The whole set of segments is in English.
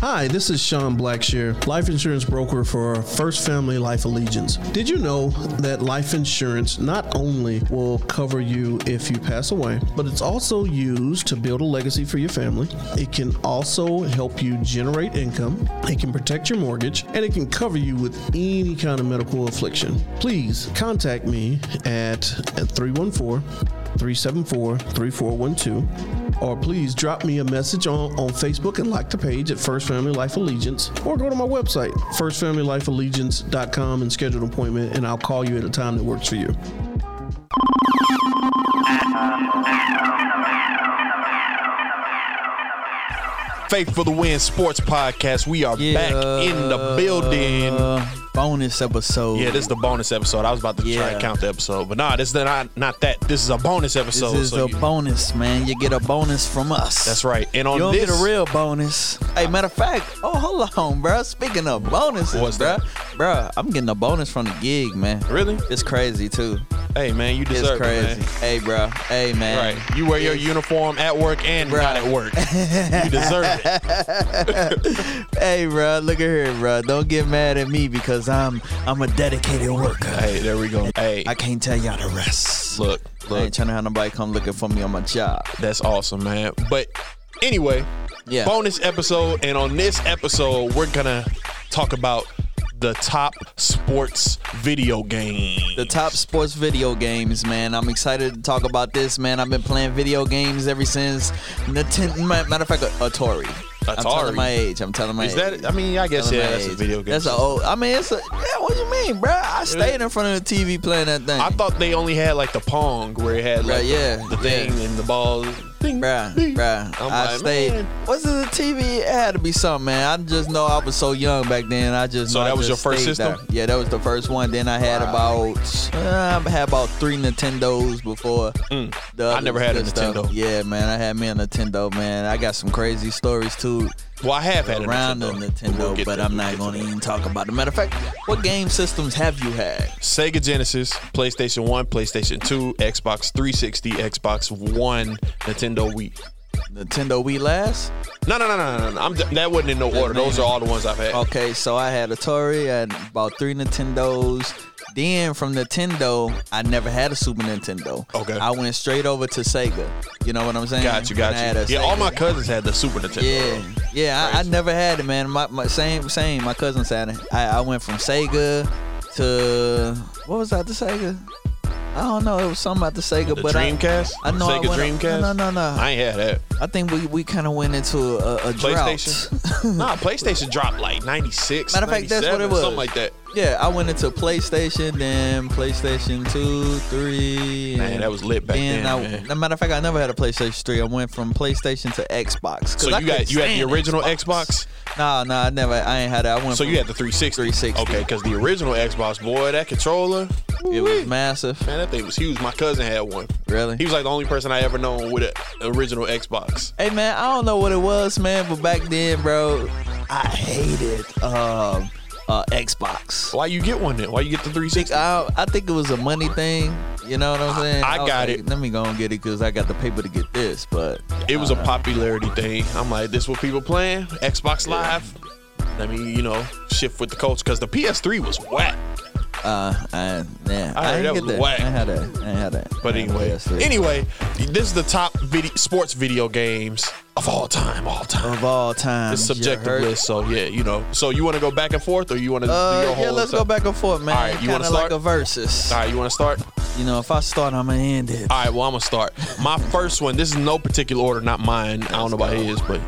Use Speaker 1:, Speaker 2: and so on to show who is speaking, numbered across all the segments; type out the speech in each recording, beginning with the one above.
Speaker 1: Hi, this is Sean Blackshear, life insurance broker for First Family Life Allegiance. Did you know that life insurance not only will cover you if you pass away, but it's also used to build a legacy for your family? It can also help you generate income, it can protect your mortgage, and it can cover you with any kind of medical affliction. Please contact me at 314 374 3412 or please drop me a message on, on Facebook and like the page at First Family Life Allegiance, or go to my website, firstfamilylifeallegiance.com, and schedule an appointment, and I'll call you at a time that works for you.
Speaker 2: Faith for the Win Sports Podcast. We are back in the building.
Speaker 3: Bonus episode.
Speaker 2: Yeah, this is the bonus episode. I was about to try
Speaker 3: Yeah.
Speaker 2: and count the episode, but nah, this is not not that. This is a bonus
Speaker 3: This
Speaker 2: episode.
Speaker 3: is
Speaker 2: so
Speaker 3: a
Speaker 2: you-
Speaker 3: bonus, man. You get a bonus from us.
Speaker 2: that's right. And on
Speaker 3: You don't
Speaker 2: this,
Speaker 3: get a real bonus. Hey, matter of fact, oh hold on, bro. Speaking of bonuses,
Speaker 2: What's
Speaker 3: bro,
Speaker 2: that?
Speaker 3: bro, I'm getting a bonus from the gig, man.
Speaker 2: really?
Speaker 3: It's crazy too.
Speaker 2: Hey man, you
Speaker 3: It's
Speaker 2: deserve
Speaker 3: crazy.
Speaker 2: it. Man.
Speaker 3: Hey, bro. Hey, man.
Speaker 2: Right. You wear your uniform at work and
Speaker 3: Bruh.
Speaker 2: not at work. you deserve it.
Speaker 3: Hey, bro. Look at here, bro. Don't get mad at me because I'm I'm a dedicated worker.
Speaker 2: Hey, there we go. Hey,
Speaker 3: I can't tell y'all the rest.
Speaker 2: look,
Speaker 3: I
Speaker 2: look.
Speaker 3: ain't trying to have nobody come looking for me on my job.
Speaker 2: That's awesome, man. But anyway,
Speaker 3: Yeah.
Speaker 2: bonus episode. And on this episode, we're gonna talk about the top sports video game.
Speaker 3: The top sports video games, man. I'm excited to talk about this, man. I've been playing video games ever since Nintendo. ma- Matter of fact, uh, Atari. I'm
Speaker 2: Atari?
Speaker 3: telling my age. I'm telling my
Speaker 2: Is
Speaker 3: age.
Speaker 2: that? I mean, I guess
Speaker 3: Telling
Speaker 2: yeah,
Speaker 3: my
Speaker 2: that's a
Speaker 3: age.
Speaker 2: video game.
Speaker 3: That's an old. I mean, it's a. Yeah, what you mean, bro? I stayed in front of the TV playing that thing.
Speaker 2: I thought they only had like the pong where it had like
Speaker 3: Right, yeah,
Speaker 2: the, the thing and the ball. Ding,
Speaker 3: Bruh,
Speaker 2: ding.
Speaker 3: bruh.
Speaker 2: I'm
Speaker 3: I
Speaker 2: like,
Speaker 3: stayed.
Speaker 2: man.
Speaker 3: Was it the TV? It had to be something, man. I just know I was so young back then. I just
Speaker 2: So
Speaker 3: know I
Speaker 2: that was
Speaker 3: just
Speaker 2: your first
Speaker 3: stayed
Speaker 2: system?
Speaker 3: there. Yeah, that was the first one. Then I had about uh, I had about three Nintendos before. the
Speaker 2: Mm. I
Speaker 3: other
Speaker 2: never had a
Speaker 3: good stuff.
Speaker 2: Nintendo.
Speaker 3: Yeah, man, I had me a Nintendo. Man, I got some crazy stories too
Speaker 2: Well, I have had a
Speaker 3: around
Speaker 2: Nintendo,
Speaker 3: the Nintendo,
Speaker 2: We'll get
Speaker 3: but
Speaker 2: to-
Speaker 3: I'm
Speaker 2: we'll
Speaker 3: not
Speaker 2: get to
Speaker 3: going to
Speaker 2: that.
Speaker 3: even talk about it. Matter of fact, what game systems have you had?
Speaker 2: Sega Genesis, PlayStation One, PlayStation Two, Xbox 360, Xbox One, Nintendo Wii.
Speaker 3: Nintendo Wii last.
Speaker 2: No, no, no, no, no, no. I'm, that wasn't in no order. Those are all the ones I've had.
Speaker 3: Okay, so I had Atari, I had about three Nintendos. Then from Nintendo, I never had a Super Nintendo.
Speaker 2: Okay.
Speaker 3: I went straight over to Sega. You know what I'm saying?
Speaker 2: Got you, got
Speaker 3: And I had
Speaker 2: you.
Speaker 3: a
Speaker 2: Yeah, all
Speaker 3: Sega.
Speaker 2: my cousins had the Super Nintendo.
Speaker 3: Yeah, yeah. I, I
Speaker 2: Crazy.
Speaker 3: never had it, man. My, my same, same. My cousins had it. I, I went from Sega to what was that? The Sega? I don't know. It was something about the Sega,
Speaker 2: The
Speaker 3: but I-
Speaker 2: Dreamcast?
Speaker 3: I, know.
Speaker 2: Sega
Speaker 3: I went,
Speaker 2: Dreamcast?
Speaker 3: No, no, no. no.
Speaker 2: I ain't had that.
Speaker 3: I think we, we kind of went into a, a drought.
Speaker 2: PlayStation. nah, PlayStation dropped like 96.
Speaker 3: Matter of fact, that's
Speaker 2: 97,
Speaker 3: what it was.
Speaker 2: Something like that.
Speaker 3: Yeah, I went into PlayStation, then PlayStation 2, 3. And
Speaker 2: Man, that was lit back then.
Speaker 3: I,
Speaker 2: man.
Speaker 3: as a matter of fact, I never had a PlayStation 3. I went from PlayStation to Xbox. 'cause
Speaker 2: So
Speaker 3: I
Speaker 2: you got-
Speaker 3: couldn't
Speaker 2: you had the
Speaker 3: stand
Speaker 2: original Xbox?
Speaker 3: Nah, nah, I never. I ain't had that. I went
Speaker 2: So
Speaker 3: from-
Speaker 2: you had the 360.
Speaker 3: 360.
Speaker 2: Okay, because the original Xbox, boy, that controller.
Speaker 3: It was massive.
Speaker 2: Man, that thing was huge. My cousin had one.
Speaker 3: Really?
Speaker 2: He was like the only person I ever known with an original Xbox.
Speaker 3: Hey man, I don't know what it was, man, but back then, bro, I hated um, uh, Xbox.
Speaker 2: Why you get one then? Why you get the 360?
Speaker 3: I, I think it was a money thing. You know what I'm saying?
Speaker 2: I
Speaker 3: was
Speaker 2: got
Speaker 3: like,
Speaker 2: it.
Speaker 3: Let me go and get it because I got the paper to get this. But
Speaker 2: it was a popularity thing. I'm like, this what people playing? Xbox Live. Let me, you know, shift with the culture because the PS3 was whack.
Speaker 3: Uh, I, yeah,
Speaker 2: I heard
Speaker 3: I,
Speaker 2: that
Speaker 3: didn't get
Speaker 2: was
Speaker 3: that.
Speaker 2: whack.
Speaker 3: I had that. I had that.
Speaker 2: But
Speaker 3: I had
Speaker 2: anyway,
Speaker 3: that.
Speaker 2: anyway, this is the top video, sports video games of all time, all time.
Speaker 3: of all time,
Speaker 2: It's
Speaker 3: Um, you
Speaker 2: subjective
Speaker 3: heard-
Speaker 2: list, so yeah, you know. So you want to go back and forth, or you want to? do
Speaker 3: Uh,
Speaker 2: your whole
Speaker 3: yeah, let's go back and forth, man.
Speaker 2: All right, you wanna
Speaker 3: Kinda like
Speaker 2: start?
Speaker 3: a versus.
Speaker 2: All right, you want to start?
Speaker 3: You know, if I start, I'ma end it.
Speaker 2: All right, well, I'm going to start. My first one, this is no particular order, not mine. I don't know about his, but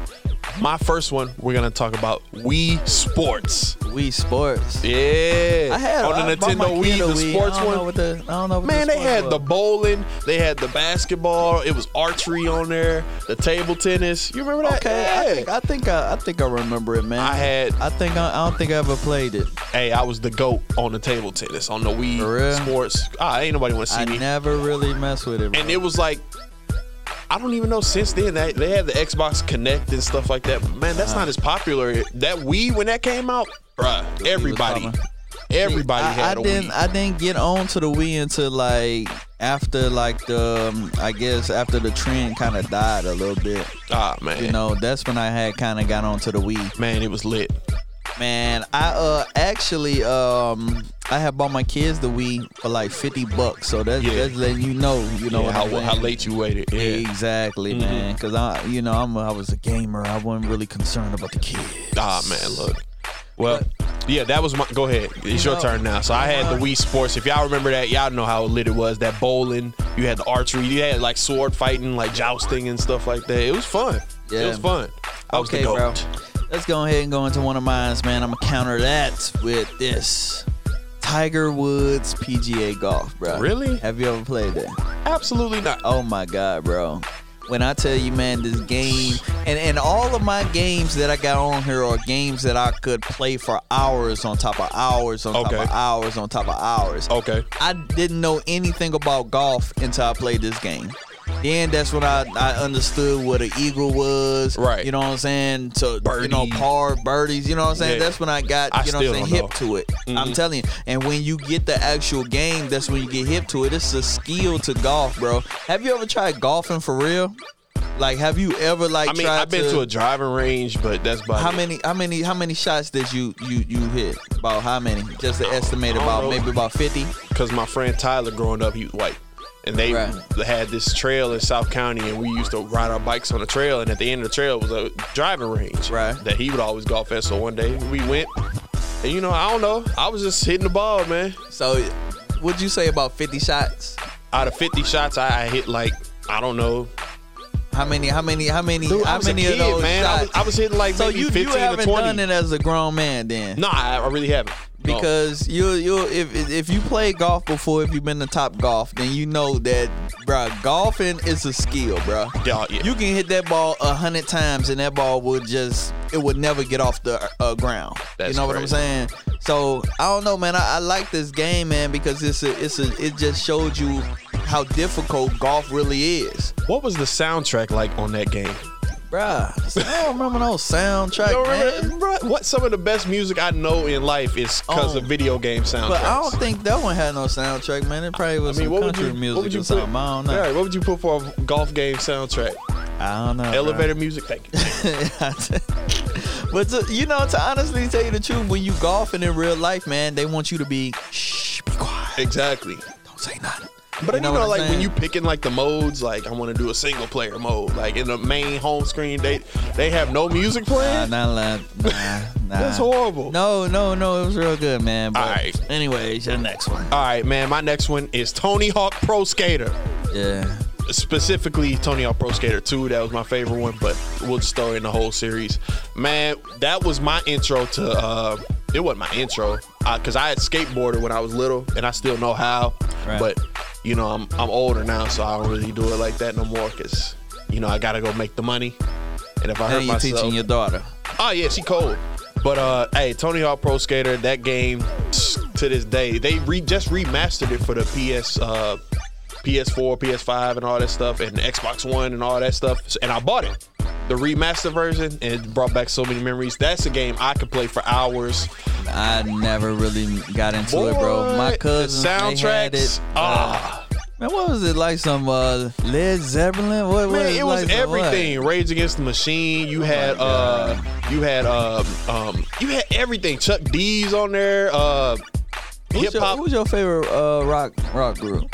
Speaker 2: my first one, we're going to talk about Wii Sports.
Speaker 3: Wii Sports.
Speaker 2: Yeah.
Speaker 3: I had
Speaker 2: On
Speaker 3: I
Speaker 2: the
Speaker 3: bought my
Speaker 2: Nintendo Wii,
Speaker 3: kid a
Speaker 2: the sports
Speaker 3: I don't Know
Speaker 2: one.
Speaker 3: what the, I don't know. What
Speaker 2: Man,
Speaker 3: the
Speaker 2: they
Speaker 3: sports
Speaker 2: had the
Speaker 3: was.
Speaker 2: bowling, they had the basketball, it was archery on there, the table tennis. You remember that?
Speaker 3: Okay, I think I think I, I think I remember it, man.
Speaker 2: I had-
Speaker 3: I think I, I don't think I ever played it.
Speaker 2: Hey, I was the GOAT on the table tennis, on the Wii
Speaker 3: For real?
Speaker 2: Sports. Ah, ain't nobody want to see
Speaker 3: I
Speaker 2: me.
Speaker 3: never really messed with it. Bro.
Speaker 2: and it was like I don't even know since then they, they had the Xbox Connect and stuff
Speaker 3: Uh-huh.
Speaker 2: like that. Man, that's not as popular. That Wii when that came out, bruh,
Speaker 3: was
Speaker 2: everybody
Speaker 3: poppin'.
Speaker 2: Everybody
Speaker 3: I,
Speaker 2: had
Speaker 3: I
Speaker 2: a
Speaker 3: didn't
Speaker 2: Wii.
Speaker 3: I didn't get on to the Wii until like after like the um, I guess after the trend kind of died a little bit.
Speaker 2: Ah man,
Speaker 3: You know, that's when I had kind of got onto the Wii.
Speaker 2: man, it was lit.
Speaker 3: Man, I uh actually um I had bought my kids the Wii for like fifty bucks, so that's
Speaker 2: Yeah.
Speaker 3: that's letting you know, you know
Speaker 2: Yeah,
Speaker 3: what
Speaker 2: how
Speaker 3: I'm saying.
Speaker 2: how late you Mm-hmm. waited? Yeah.
Speaker 3: Exactly, man. Because I, you know, I'm a, I was a gamer. I wasn't really concerned about the kids.
Speaker 2: Ah man, look. Well, yeah, that was my. Go ahead. It's your
Speaker 3: know, uh,
Speaker 2: turn now. So I had the Wii Sports. If y'all remember that, y'all know how lit it was. That bowling. You had the archery. You had like sword fighting, like jousting and stuff like that. It was fun. It
Speaker 3: Yeah.
Speaker 2: was fun. I was the
Speaker 3: Okay, bro.
Speaker 2: goat.
Speaker 3: Let's go ahead and go into one of mine, man. I'm gonna counter that with this Tiger Woods PGA Golf, bro.
Speaker 2: Really?
Speaker 3: Have you ever played that?
Speaker 2: Absolutely not.
Speaker 3: Oh my god, bro. When I tell you, man, this game and, and all of my games that I got on here are games that I could play for hours on top of hours on
Speaker 2: Okay.
Speaker 3: top of hours on top of hours.
Speaker 2: Okay.
Speaker 3: I didn't know anything about golf until I played this game. Then that's when I, I understood what an eagle was.
Speaker 2: Right.
Speaker 3: You know what I'm saying? To you know,
Speaker 2: Birdie.
Speaker 3: par birdies, you know what I'm saying?
Speaker 2: Yeah.
Speaker 3: That's when I got,
Speaker 2: I
Speaker 3: you know what
Speaker 2: still
Speaker 3: I'm saying,
Speaker 2: don't
Speaker 3: hip
Speaker 2: know. Mm-hmm.
Speaker 3: to it. I'm telling you. And when you get the actual game, that's when you get hip to it. It's a skill to golf, bro. Have you ever tried golfing for real? Like have you ever like
Speaker 2: I mean,
Speaker 3: tried
Speaker 2: I've been to, a driving range, but that's about
Speaker 3: how
Speaker 2: it.
Speaker 3: many how many how many shots did you you you hit? About how many? Just to estimate
Speaker 2: I don't
Speaker 3: about
Speaker 2: know.
Speaker 3: maybe about fifty?
Speaker 2: because my friend Tyler growing up, he was white. And they
Speaker 3: Right.
Speaker 2: had this trail in South County, and we used to ride our bikes on the trail. And at the end of the trail was a driving range
Speaker 3: Right.
Speaker 2: that he would always golf at. So one day we went, and you know, I don't know, I was just hitting the ball, man.
Speaker 3: So, would you say about fifty shots?
Speaker 2: Out of 50 shots, I, I hit like, I don't know.
Speaker 3: How many? How many? How many?
Speaker 2: Dude, I
Speaker 3: how
Speaker 2: was a
Speaker 3: many
Speaker 2: kid,
Speaker 3: of those
Speaker 2: man. I was,
Speaker 3: shots?
Speaker 2: I was hitting like
Speaker 3: so
Speaker 2: maybe
Speaker 3: you,
Speaker 2: 15
Speaker 3: you haven't
Speaker 2: to 20.
Speaker 3: done it as a grown man then,
Speaker 2: No, I, I really haven't. No.
Speaker 3: because you you if if you play golf before, if you've been to top golf, then you know that, bruh, golfing is a skill, bruh.
Speaker 2: Yeah, yeah.
Speaker 3: You can hit that ball a hundred times, and that ball would just it would never get off the uh, ground.
Speaker 2: That's
Speaker 3: you know what I'm
Speaker 2: crazy.
Speaker 3: saying? So I don't know, man. I, I like this game, man, because it's a it's a it just showed you how difficult golf really is.
Speaker 2: what was the soundtrack like on that game?
Speaker 3: Bruh, I don't remember no soundtrack,
Speaker 2: Don't
Speaker 3: man.
Speaker 2: remember- bruh, what some of the best music I know in life is because
Speaker 3: Oh.
Speaker 2: of video game soundtracks.
Speaker 3: But I don't think that one had no soundtrack, man. It probably was some country music or something.
Speaker 2: put,
Speaker 3: I don't know.
Speaker 2: Right, what would you put for a golf game soundtrack?
Speaker 3: I don't know. bruh.
Speaker 2: Elevator music. Thank you.
Speaker 3: but to, you know, to honestly tell you the truth, when you golfing in real life, man, they want you to be shh, be quiet,
Speaker 2: exactly.
Speaker 3: don't say nothing.
Speaker 2: But you know,
Speaker 3: what I'm
Speaker 2: like when
Speaker 3: saying?
Speaker 2: you picking like the modes, like I want to do a single player mode, like in the main home screen, they they have no music
Speaker 3: Nah,
Speaker 2: playing.
Speaker 3: not lying. Nah, nah.
Speaker 2: That's horrible.
Speaker 3: No, no, no. It was real good, man. But
Speaker 2: Alright.
Speaker 3: anyways, your next one.
Speaker 2: All right, man. My next one is Tony Hawk Pro Skater.
Speaker 3: Yeah.
Speaker 2: specifically Tony Hawk Pro Skater 2. That was my favorite one, but we'll just throw in the whole series. Man, that was my intro to. Uh, it wasn't my intro because I had skateboarded when I was little, and I still know how.
Speaker 3: Right.
Speaker 2: But you know, I'm I'm older now, so I don't really do it like that no more. Cause you know, I gotta go make the money, and if I
Speaker 3: Now
Speaker 2: hurt
Speaker 3: you
Speaker 2: myself,
Speaker 3: teaching your daughter.
Speaker 2: Oh yeah, she cold. But uh, hey, Tony Hawk Pro Skater, that game to this day, they re- just remastered it for the PS, uh, PS4, PS5, and all that stuff, and Xbox One and all that stuff. And I bought it, the remastered version, and it brought back so many memories. That's a game I could play for hours.
Speaker 3: I never really got into it, bro.
Speaker 2: Boy,
Speaker 3: My
Speaker 2: the
Speaker 3: cousins, they had
Speaker 2: soundtracks,
Speaker 3: it.
Speaker 2: ah,
Speaker 3: Man, what was it like? Some uh, Led Zeppelin? What, what
Speaker 2: man, it was
Speaker 3: like some what? Oh
Speaker 2: everything. Rage Against the Machine. You had, uh, you had, um, um, you had everything. Chuck D's on there. Uh, hip
Speaker 3: Who's your,
Speaker 2: hop.
Speaker 3: who's your favorite uh, rock rock group?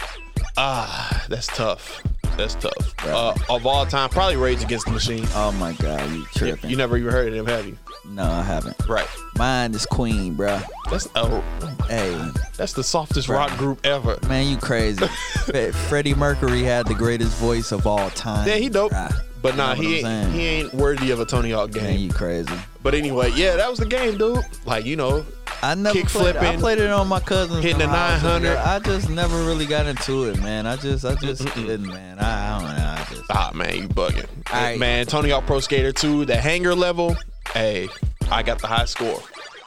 Speaker 2: Ah, that's tough. That's tough. Uh, of all time, probably Rage Against the Machine.
Speaker 3: Oh my God, you
Speaker 2: You,
Speaker 3: tripping?
Speaker 2: you never even heard of them, have you?
Speaker 3: no, I haven't.
Speaker 2: Right.
Speaker 3: Mine is Queen, bro.
Speaker 2: That's oh,
Speaker 3: Hey,
Speaker 2: that's the softest rock group ever.
Speaker 3: man, you crazy? Fre- Freddie Mercury had the greatest voice of all time.
Speaker 2: Yeah, he dope.
Speaker 3: bruh.
Speaker 2: But nah,
Speaker 3: You know
Speaker 2: he
Speaker 3: what I'm
Speaker 2: ain't,
Speaker 3: saying?
Speaker 2: he ain't worthy of a Tony Hawk
Speaker 3: Man,
Speaker 2: game.
Speaker 3: you crazy?
Speaker 2: But anyway, yeah, that was the game, dude. Like you know,
Speaker 3: I never
Speaker 2: Kick
Speaker 3: played It. I
Speaker 2: flipping.
Speaker 3: played it on my cousin's.
Speaker 2: Hitting the
Speaker 3: when I was a
Speaker 2: 900.
Speaker 3: girl. I just never really got into it, man. I just, I just didn't, man. I, I don't know. I just.
Speaker 2: ah man, you bugging.
Speaker 3: All right.
Speaker 2: Man, Tony Hawk Pro Skater 2, the hanger level. Hey, I got the high score.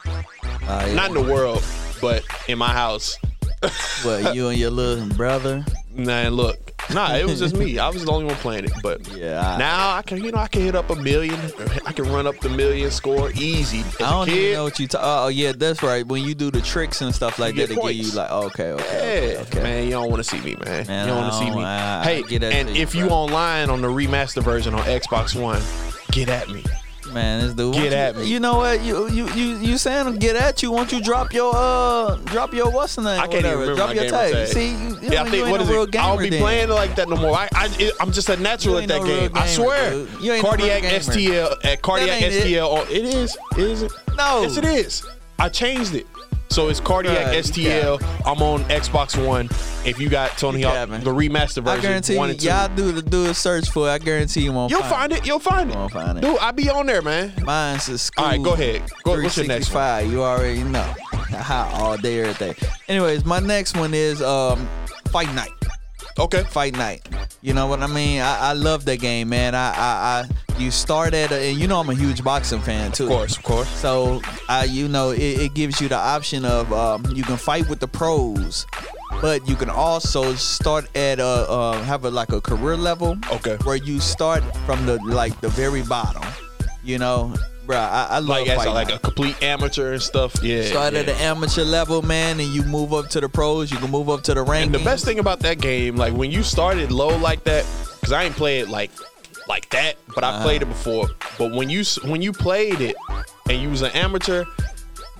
Speaker 3: Uh, yeah.
Speaker 2: Not in the world, but in my house.
Speaker 3: But you and your little brother.
Speaker 2: Man, look, Nah, it was just me. I was the only one playing it. But
Speaker 3: Yeah, I-
Speaker 2: now I can you know I can hit up a million. I can run up the million score easy. As
Speaker 3: I don't
Speaker 2: a kid,
Speaker 3: even know what you talk. Oh yeah, that's right. When you do the tricks and stuff like
Speaker 2: You
Speaker 3: that, they
Speaker 2: get
Speaker 3: give you
Speaker 2: points.
Speaker 3: like okay, okay,
Speaker 2: Yeah,
Speaker 3: okay, okay.
Speaker 2: man, you don't want to see me, man.
Speaker 3: Man,
Speaker 2: you don't
Speaker 3: I
Speaker 2: want to see
Speaker 3: don't-
Speaker 2: me.
Speaker 3: I- I
Speaker 2: hey,
Speaker 3: get that
Speaker 2: and
Speaker 3: to you,
Speaker 2: if you,
Speaker 3: bro.
Speaker 2: online on the remaster version on Xbox One, get at me.
Speaker 3: Man, this dude.
Speaker 2: Get
Speaker 3: won't
Speaker 2: at
Speaker 3: you,
Speaker 2: me.
Speaker 3: You know what? You you you you saying them get at you? Won't you drop your uh drop your what's the name?
Speaker 2: I can't even
Speaker 3: Whatever.
Speaker 2: remember
Speaker 3: drop
Speaker 2: my
Speaker 3: your
Speaker 2: gamer
Speaker 3: tag.
Speaker 2: tag.
Speaker 3: See, you, you
Speaker 2: yeah,
Speaker 3: know,
Speaker 2: I
Speaker 3: you
Speaker 2: think
Speaker 3: ain't
Speaker 2: what
Speaker 3: no
Speaker 2: is
Speaker 3: real
Speaker 2: it? I don't be
Speaker 3: gamer then.
Speaker 2: playing like that no more. I, I I'm just a natural at
Speaker 3: You ain't
Speaker 2: that
Speaker 3: no real
Speaker 2: game. I
Speaker 3: gamer,
Speaker 2: swear.
Speaker 3: dude. You ain't no
Speaker 2: cardiac
Speaker 3: real gamer.
Speaker 2: STL at uh, cardiac
Speaker 3: ain't it.
Speaker 2: STL. on- oh, it is. Is it?
Speaker 3: No.
Speaker 2: Yes, it is. I changed it. So it's cardiac
Speaker 3: Bruh, you
Speaker 2: STL. I'm on Xbox One. If you got Tony
Speaker 3: You
Speaker 2: Hawk,
Speaker 3: capping.
Speaker 2: the remaster
Speaker 3: I
Speaker 2: version,
Speaker 3: guarantee
Speaker 2: one
Speaker 3: you,
Speaker 2: and two.
Speaker 3: y'all do the do a search for. it. I guarantee you won't.
Speaker 2: You'll find it. You'll find it.
Speaker 3: Won't find it.
Speaker 2: Dude, I be on there, man.
Speaker 3: Mine's a school.
Speaker 2: All right, go ahead. Go- what's your next one?
Speaker 3: 365. You already know. How all day, every day. Anyways, my next one is um, Fight Night.
Speaker 2: Okay.
Speaker 3: Fight Night. You know what I mean? I, I love that game, man. I, I, I you start at, a, and you know I'm a huge boxing fan too.
Speaker 2: Of course, of course.
Speaker 3: So I, you know, it, it gives you the option of um, you can fight with the pros, but you can also start at a uh, have a like a career level.
Speaker 2: Okay.
Speaker 3: Where you start from the like the very bottom. You know, bruh, I, I love
Speaker 2: Like as a,
Speaker 3: fighting.
Speaker 2: like a complete amateur and stuff. Yeah.
Speaker 3: Start
Speaker 2: yeah.
Speaker 3: at the amateur level, man, and you move up to the pros. You can move up to the rank.
Speaker 2: And the best thing about that game, like when you started low like that, because I ain't play it like like that, but I played it before. But when you s- when you played it and you was an amateur,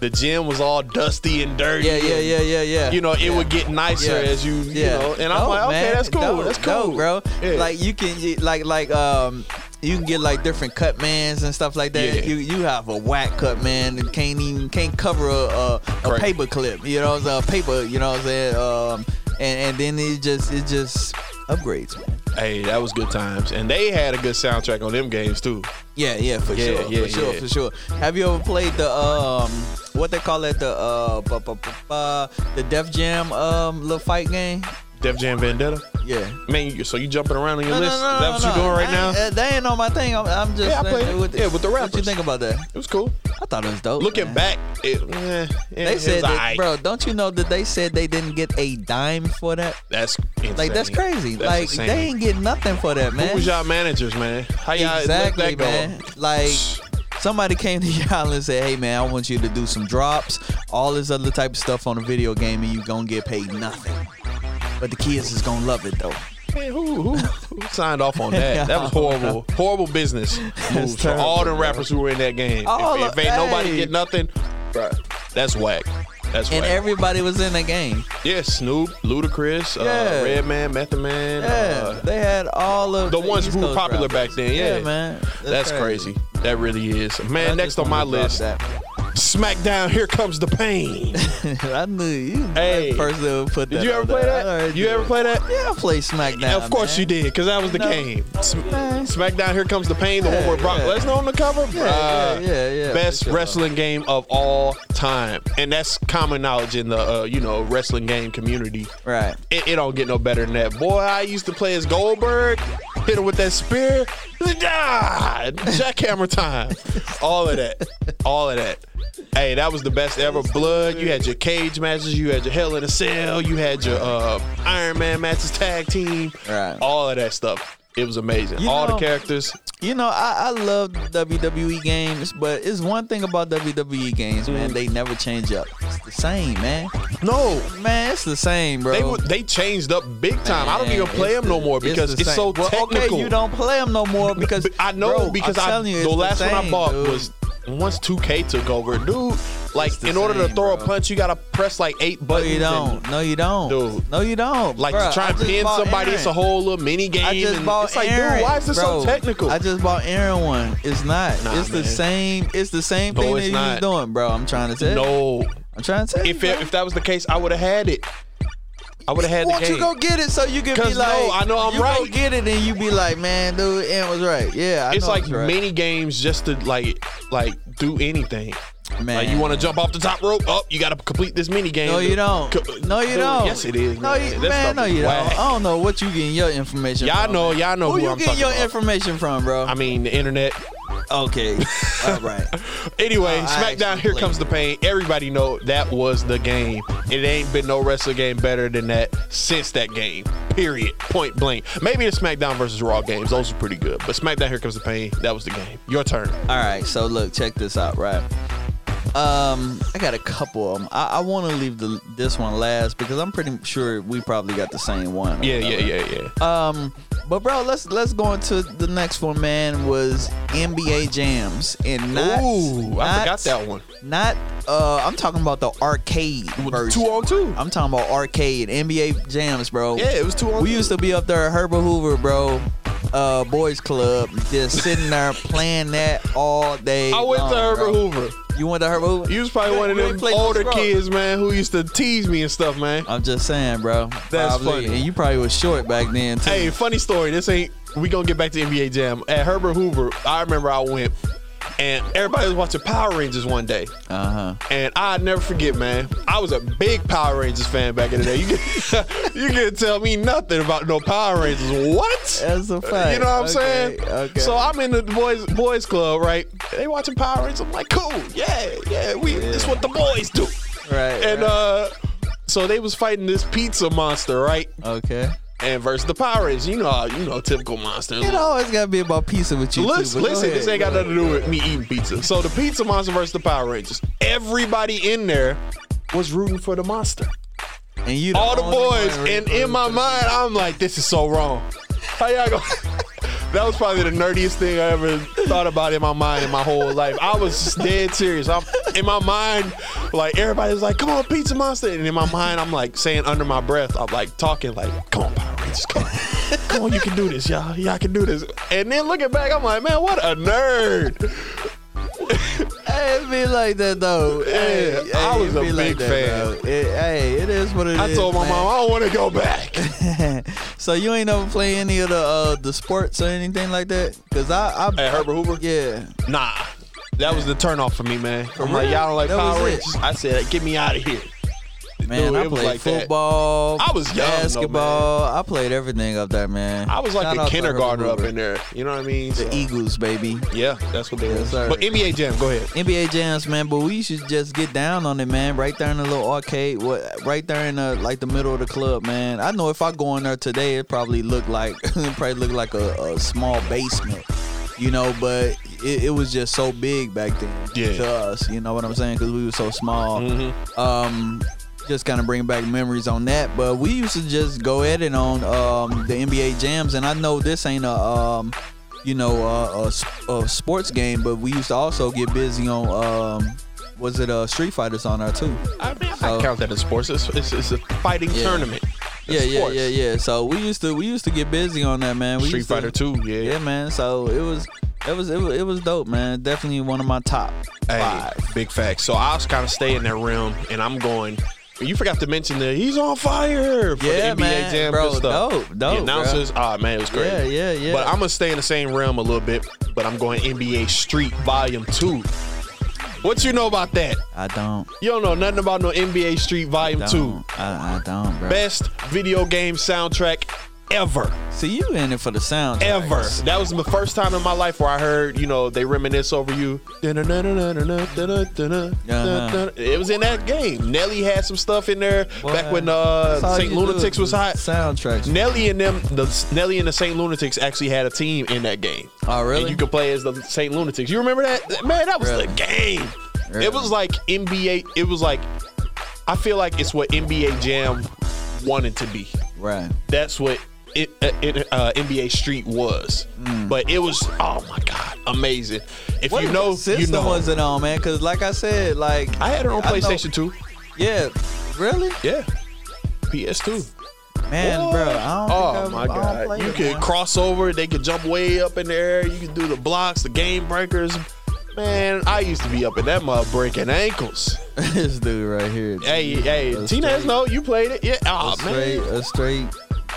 Speaker 2: the gym was all dusty and dirty.
Speaker 3: Yeah, yeah,
Speaker 2: and,
Speaker 3: yeah, yeah, yeah.
Speaker 2: You know, it would get nicer as you, you know. And I'm
Speaker 3: Dope,
Speaker 2: like, okay,
Speaker 3: man.
Speaker 2: that's cool,
Speaker 3: Dope,
Speaker 2: that's cool,
Speaker 3: dope, bro.
Speaker 2: Yeah.
Speaker 3: Like you can you- like like um you can get like different cut mans and stuff like that.
Speaker 2: Yeah.
Speaker 3: You you have a whack cut man and can't even can't cover a, a, a
Speaker 2: Correct.
Speaker 3: paper clip. You know, what I'm saying? a paper. You know what I'm saying? Um, and and then it just it just upgrades, man.
Speaker 2: Hey, that was good times, and they had a good soundtrack on them games too.
Speaker 3: Yeah, yeah, for
Speaker 2: Yeah,
Speaker 3: sure,
Speaker 2: yeah,
Speaker 3: for sure,
Speaker 2: yeah.
Speaker 3: for sure. Have you ever played the um what they call it the uh bu- bu- bu- bu- the Def Jam um little fight game?
Speaker 2: Def Jam Vendetta.
Speaker 3: Yeah.
Speaker 2: Man, you, so you jumping around on your list? Is that what you doing right
Speaker 3: I
Speaker 2: now?
Speaker 3: ain't- uh, That ain't on my thing. I'm, I'm just
Speaker 2: Yeah, I played it.
Speaker 3: with,
Speaker 2: Yeah, with the
Speaker 3: What you
Speaker 2: rappers.
Speaker 3: think about that?
Speaker 2: It was cool.
Speaker 3: I thought it was dope.
Speaker 2: Looking
Speaker 3: man.
Speaker 2: back, it, eh, it-
Speaker 3: they
Speaker 2: it was
Speaker 3: said, that,
Speaker 2: aight.
Speaker 3: bro, don't you know that they said they didn't get a dime for that?
Speaker 2: that's insane.
Speaker 3: Like that's crazy.
Speaker 2: That's
Speaker 3: like
Speaker 2: insane.
Speaker 3: they ain't get nothing for that, man.
Speaker 2: Who was y'all managers, man? How y'all
Speaker 3: exactly,
Speaker 2: let that
Speaker 3: man. Like somebody came to y'all and said, "Hey, man, I want you to do some drops, all this other type of stuff on a video game, and you gonna get paid nothing." But the kids is gonna love it though.
Speaker 2: go? Man, who, who, who signed off on that? That was horrible. horrible business moves for
Speaker 3: terrible,
Speaker 2: all the rappers who were in that game.
Speaker 3: All
Speaker 2: if,
Speaker 3: of-
Speaker 2: if ain't nobody
Speaker 3: hey.
Speaker 2: get nothing, bro, that's whack. That's
Speaker 3: And
Speaker 2: whack.
Speaker 3: everybody was in the game.
Speaker 2: yeah, Snoop, Ludacris,
Speaker 3: Yeah.
Speaker 2: uh, Redman, Method Man.
Speaker 3: Yeah,
Speaker 2: uh,
Speaker 3: they had all of
Speaker 2: the ones
Speaker 3: East
Speaker 2: who were
Speaker 3: Coast
Speaker 2: popular
Speaker 3: rappers.
Speaker 2: back then. Yeah,
Speaker 3: man.
Speaker 2: That's, crazy. That really is. Man,
Speaker 3: I
Speaker 2: next
Speaker 3: just
Speaker 2: on my
Speaker 3: wanted to drop
Speaker 2: list,
Speaker 3: that.
Speaker 2: SmackDown. Here comes the pain.
Speaker 3: I knew you.
Speaker 2: Hey.
Speaker 3: Hey, person who put that.
Speaker 2: Did you
Speaker 3: on
Speaker 2: ever play
Speaker 3: there. I
Speaker 2: that?
Speaker 3: already
Speaker 2: You
Speaker 3: did.
Speaker 2: ever play that?
Speaker 3: Yeah, I played SmackDown.
Speaker 2: Yeah, of course
Speaker 3: man.
Speaker 2: you did, because that was the
Speaker 3: No.
Speaker 2: game. Sm-
Speaker 3: Man.
Speaker 2: SmackDown, Here Comes the Pain, the one
Speaker 3: Yeah,
Speaker 2: with Brock
Speaker 3: yeah.
Speaker 2: Lesnar on the cover.
Speaker 3: yeah,
Speaker 2: Bruh.
Speaker 3: yeah, yeah, for
Speaker 2: Best
Speaker 3: sure.
Speaker 2: wrestling game of all time, and that's common knowledge in the uh, you know wrestling game community.
Speaker 3: Right.
Speaker 2: It, it don't get no better than that. Boy, I used to play as Goldberg, hit him with that spear, ah, jackhammer time, all of that, all of that. Hey, that was the best ever. Blood. You had your cage matches. You had your Hell in a Cell. You had your uh, Iron Man matches, tag team,
Speaker 3: Right.
Speaker 2: all of that stuff. It was amazing.
Speaker 3: You
Speaker 2: all the
Speaker 3: know-
Speaker 2: characters.
Speaker 3: You know, I, I love WWE games, but it's one thing about WWE games, man. They never change up. It's the same, man.
Speaker 2: No,
Speaker 3: Man, it's the same, bro.
Speaker 2: they were- they changed up big time. I don't
Speaker 3: Man,
Speaker 2: even play
Speaker 3: it's
Speaker 2: them no
Speaker 3: the-
Speaker 2: more because it's,
Speaker 3: the
Speaker 2: so
Speaker 3: same. Well,
Speaker 2: technical.
Speaker 3: Okay, you don't play them no more because
Speaker 2: But I know
Speaker 3: bro,
Speaker 2: because
Speaker 3: I'm
Speaker 2: I
Speaker 3: telling you, it's
Speaker 2: the last one I
Speaker 3: same,
Speaker 2: bought
Speaker 3: dude.
Speaker 2: was once 2K took over, dude.
Speaker 3: It's
Speaker 2: Like
Speaker 3: the
Speaker 2: in order to
Speaker 3: same,
Speaker 2: throw a
Speaker 3: bro.
Speaker 2: punch, you gotta press like eight
Speaker 3: No,
Speaker 2: buttons.
Speaker 3: you
Speaker 2: and-
Speaker 3: don't. No, you don't.
Speaker 2: Dude.
Speaker 3: No, you don't.
Speaker 2: like
Speaker 3: Bruh,
Speaker 2: to try
Speaker 3: I
Speaker 2: and
Speaker 3: just
Speaker 2: pin
Speaker 3: bought
Speaker 2: somebody,
Speaker 3: Aaron.
Speaker 2: it's a whole little mini game.
Speaker 3: I just
Speaker 2: and
Speaker 3: bought
Speaker 2: it's like,
Speaker 3: Aaron.
Speaker 2: dude, why is this
Speaker 3: bro,
Speaker 2: so technical?
Speaker 3: I just bought Aaron one. It's not.
Speaker 2: Nah,
Speaker 3: it's the
Speaker 2: man.
Speaker 3: same. It's the same
Speaker 2: No,
Speaker 3: thing
Speaker 2: it's
Speaker 3: that you
Speaker 2: not.
Speaker 3: was doing, bro. I'm trying to tell. you.
Speaker 2: no.
Speaker 3: I'm trying to tell.
Speaker 2: If
Speaker 3: you,
Speaker 2: it,
Speaker 3: bro.
Speaker 2: if that was the case, I would have had it. I would have had
Speaker 3: Won't
Speaker 2: the game.
Speaker 3: you go get it so you can be
Speaker 2: 'Cause no,
Speaker 3: like,
Speaker 2: I know I'm
Speaker 3: you Go
Speaker 2: right.
Speaker 3: get it and you be like, man, dude, Aaron was right. Yeah, I
Speaker 2: it's
Speaker 3: know I
Speaker 2: like
Speaker 3: was right.
Speaker 2: mini games just to like like do anything.
Speaker 3: Man.
Speaker 2: Like you want to jump off the top rope? Up, you got to complete this mini game.
Speaker 3: No, you don't. No, you don't.
Speaker 2: Yes, it is.
Speaker 3: No,
Speaker 2: man.
Speaker 3: you,
Speaker 2: That
Speaker 3: man,
Speaker 2: stuff
Speaker 3: no,
Speaker 2: is
Speaker 3: you
Speaker 2: whack.
Speaker 3: don't. I don't know what you getting your information.
Speaker 2: Y'all
Speaker 3: from,
Speaker 2: know,
Speaker 3: man.
Speaker 2: y'all know
Speaker 3: Who
Speaker 2: who,
Speaker 3: you
Speaker 2: I'm
Speaker 3: getting
Speaker 2: talking
Speaker 3: your
Speaker 2: about.
Speaker 3: information from, bro?
Speaker 2: I mean, the internet.
Speaker 3: okay, all right.
Speaker 2: Anyway,
Speaker 3: Oh, I
Speaker 2: SmackDown,
Speaker 3: actually
Speaker 2: here
Speaker 3: played
Speaker 2: comes the pain. Everybody know that was the game. It ain't been no wrestling game better than that since that game. Period. Point blank. Maybe the SmackDown versus Raw games. Those were pretty good. But SmackDown Here Comes the Pain. That was the game. Your turn.
Speaker 3: All right, so look, check this out, right? Um, I got a couple of them. I, I want to leave the this one last because I'm pretty sure we probably got the same one. or
Speaker 2: Yeah,
Speaker 3: whatever.
Speaker 2: yeah, yeah, yeah.
Speaker 3: Um, but bro, let's let's go into the next one. Man, was NBA jams and not.
Speaker 2: Ooh, I forgot
Speaker 3: not-
Speaker 2: that one.
Speaker 3: Not. Uh, I'm talking about the arcade version.
Speaker 2: Two on two.
Speaker 3: I'm talking about arcade NBA jams, bro.
Speaker 2: Yeah, it was two on
Speaker 3: We
Speaker 2: two.
Speaker 3: used to be up there at Herbert Hoover, bro. Uh, boys club, just sitting there playing that all day.
Speaker 2: I went
Speaker 3: long,
Speaker 2: to Herbert
Speaker 3: bro.
Speaker 2: Hoover.
Speaker 3: You went to Herbert Hoover?
Speaker 2: You was probably
Speaker 3: You
Speaker 2: one of
Speaker 3: ain't
Speaker 2: them
Speaker 3: played no
Speaker 2: older
Speaker 3: scrub.
Speaker 2: kids, man, who used to tease me and stuff, man.
Speaker 3: I'm just saying, bro.
Speaker 2: That's
Speaker 3: Probably.
Speaker 2: funny.
Speaker 3: And you probably was short back then too.
Speaker 2: Hey, funny story. This ain't. We gonna get back to NBA Jam at Herbert Hoover. I remember I went, and everybody was watching Power Rangers one day,
Speaker 3: Uh huh.
Speaker 2: and I never forget, man. I was a big Power Rangers fan back in the day. You can, you can tell me nothing about no Power Rangers. What?
Speaker 3: That's a fact.
Speaker 2: You know what I'm
Speaker 3: Okay,
Speaker 2: saying?
Speaker 3: okay.
Speaker 2: So I'm in the boys boys club, right? They watching Power Rangers. I'm like, cool, yeah, yeah. We it's what the boys do.
Speaker 3: Right.
Speaker 2: And
Speaker 3: right.
Speaker 2: uh, so they was fighting this pizza monster, right?
Speaker 3: Okay.
Speaker 2: and versus the Power Rangers. You know, how- you know, typical monsters.
Speaker 3: It always gotta be about pizza with you.
Speaker 2: Listen,
Speaker 3: too, but go
Speaker 2: listen, this
Speaker 3: ahead,
Speaker 2: ain't got
Speaker 3: go
Speaker 2: nothing to do with me eating pizza. So the pizza monster versus the Power Rangers. Everybody in there was rooting for the monster.
Speaker 3: ahead. And you
Speaker 2: All the
Speaker 3: only
Speaker 2: boys,
Speaker 3: one
Speaker 2: and
Speaker 3: really-
Speaker 2: in my mind, I'm like, this is so wrong. How y'all going? That was probably the nerdiest thing I ever thought about in my mind in my whole life. I was just dead serious. I'm in my mind, like everybody's like, "Come on, Pizza Monster," and in my mind, I'm like saying under my breath, I'm like talking like, "Come on, Power Rangers, come on, come on, you can do this, y'all, y'all can do this." And then looking back, I'm like, "Man, what a nerd!"
Speaker 3: Hey, it be like that though. Hey,
Speaker 2: Yeah,
Speaker 3: hey,
Speaker 2: I was
Speaker 3: it
Speaker 2: a
Speaker 3: be like
Speaker 2: big
Speaker 3: that,
Speaker 2: fan.
Speaker 3: bro. It- hey, it is what it is.
Speaker 2: I told my
Speaker 3: man.
Speaker 2: mom, "I don't want to go back."
Speaker 3: so you ain't ever play any of the uh, the sports or anything like that? Cause I, I
Speaker 2: At Herbert Hoover?
Speaker 3: yeah.
Speaker 2: Nah. That was the turnoff for me, man. I'm like,
Speaker 3: real?
Speaker 2: y'all don't like
Speaker 3: That was
Speaker 2: Power
Speaker 3: it?
Speaker 2: Rangers. I said, get me out of here.
Speaker 3: Man,
Speaker 2: Dude,
Speaker 3: I
Speaker 2: it was
Speaker 3: played
Speaker 2: like that.
Speaker 3: football.
Speaker 2: I was young, though, man.
Speaker 3: basketball. I played everything up there, man.
Speaker 2: I was like a
Speaker 3: Shout out to Herbert
Speaker 2: kindergartner up
Speaker 3: Hoover.
Speaker 2: in there. You know what I mean? So,
Speaker 3: The Eagles, baby.
Speaker 2: yeah, that's what they
Speaker 3: Yes,
Speaker 2: was.
Speaker 3: sir.
Speaker 2: But NBA Jam, go ahead.
Speaker 3: NBA jams, man, but we should just get down on it, man. Right there in the little arcade, what, right there in the like the middle of the club, man. I know if I go in there today, it probably look like it probably look like a, a small basement, you know. But it, it was just so big back then
Speaker 2: Yeah.
Speaker 3: to us, you know what I'm saying? Because we were so small.
Speaker 2: Mm-hmm.
Speaker 3: Um, just kind of bring back memories on that. But we used to just go at it on um, the NBA jams, and I know this ain't a um, you know a, a s- a sports game, but we used to also get busy on um, was it uh, Street Fighters on there too?
Speaker 2: I mean,
Speaker 3: So-
Speaker 2: I count that as sports. It's, it's, it's a fighting
Speaker 3: Yeah.
Speaker 2: tournament.
Speaker 3: Yeah,
Speaker 2: It's
Speaker 3: yeah,
Speaker 2: sports.
Speaker 3: yeah, yeah. So we used to we used to get busy on that, man. We
Speaker 2: Street
Speaker 3: used to-
Speaker 2: Fighter 2, yeah.
Speaker 3: Yeah, man. So it was. It was, it was it was dope, man. Definitely one of my top
Speaker 2: Hey,
Speaker 3: five.
Speaker 2: big facts. So I was kind of stay in that realm, and I'm going. You forgot to mention that he's on fire for
Speaker 3: Yeah,
Speaker 2: the NBA
Speaker 3: man,
Speaker 2: Jam
Speaker 3: bro,
Speaker 2: and stuff.
Speaker 3: dope, dope,
Speaker 2: The announcers, ah man, it was great.
Speaker 3: Yeah, yeah, yeah.
Speaker 2: But I'm gonna stay in the same realm a little bit. But I'm going NBA Street Volume Two. What you know about that?
Speaker 3: I don't.
Speaker 2: You don't know nothing about no NBA Street Volume
Speaker 3: don't
Speaker 2: Two.
Speaker 3: I, I don't, bro.
Speaker 2: Best video game soundtrack ever,
Speaker 3: See, you in it for the sound.
Speaker 2: ever. That was the first time in my life where I heard, you know, they reminisce over you.
Speaker 3: Uh-huh.
Speaker 2: It was in that game. Nelly had some stuff in there back
Speaker 3: Boy,
Speaker 2: when uh,
Speaker 3: that's all
Speaker 2: St.
Speaker 3: you do
Speaker 2: Lunatics
Speaker 3: is
Speaker 2: was hot.
Speaker 3: Soundtracks.
Speaker 2: Nelly and them, the Nelly and the St. Lunatics actually had a team in that game.
Speaker 3: Oh, really?
Speaker 2: And you could play as the St. Lunatics. You remember that? Man, that was
Speaker 3: Really?
Speaker 2: the game.
Speaker 3: Really?
Speaker 2: It was like NBA. It was like I feel like it's what NBA Jam wanted to be.
Speaker 3: Right.
Speaker 2: That's what it, uh, it uh, NBA Street was.
Speaker 3: Mm.
Speaker 2: But it was oh my god, amazing. If you know,
Speaker 3: system
Speaker 2: you know.
Speaker 3: was it on, man? Because like I said, like
Speaker 2: I had it on
Speaker 3: I know-
Speaker 2: PlayStation 2.
Speaker 3: yeah, really,
Speaker 2: Yeah. PS2.
Speaker 3: man,
Speaker 2: Boy.
Speaker 3: bro. I don't
Speaker 2: oh
Speaker 3: think
Speaker 2: my
Speaker 3: I've- I don't
Speaker 2: god!
Speaker 3: play
Speaker 2: You
Speaker 3: it,
Speaker 2: could
Speaker 3: man.
Speaker 2: cross over. They could jump way up in the air. You could do the blocks, the game breakers. Man, I used to be up in that mud breaking ankles.
Speaker 3: this dude right here.
Speaker 2: Hey, hey,
Speaker 3: That's
Speaker 2: Tina,
Speaker 3: straight.
Speaker 2: no, you played it? Yeah. Oh
Speaker 3: a straight,
Speaker 2: man,
Speaker 3: a straight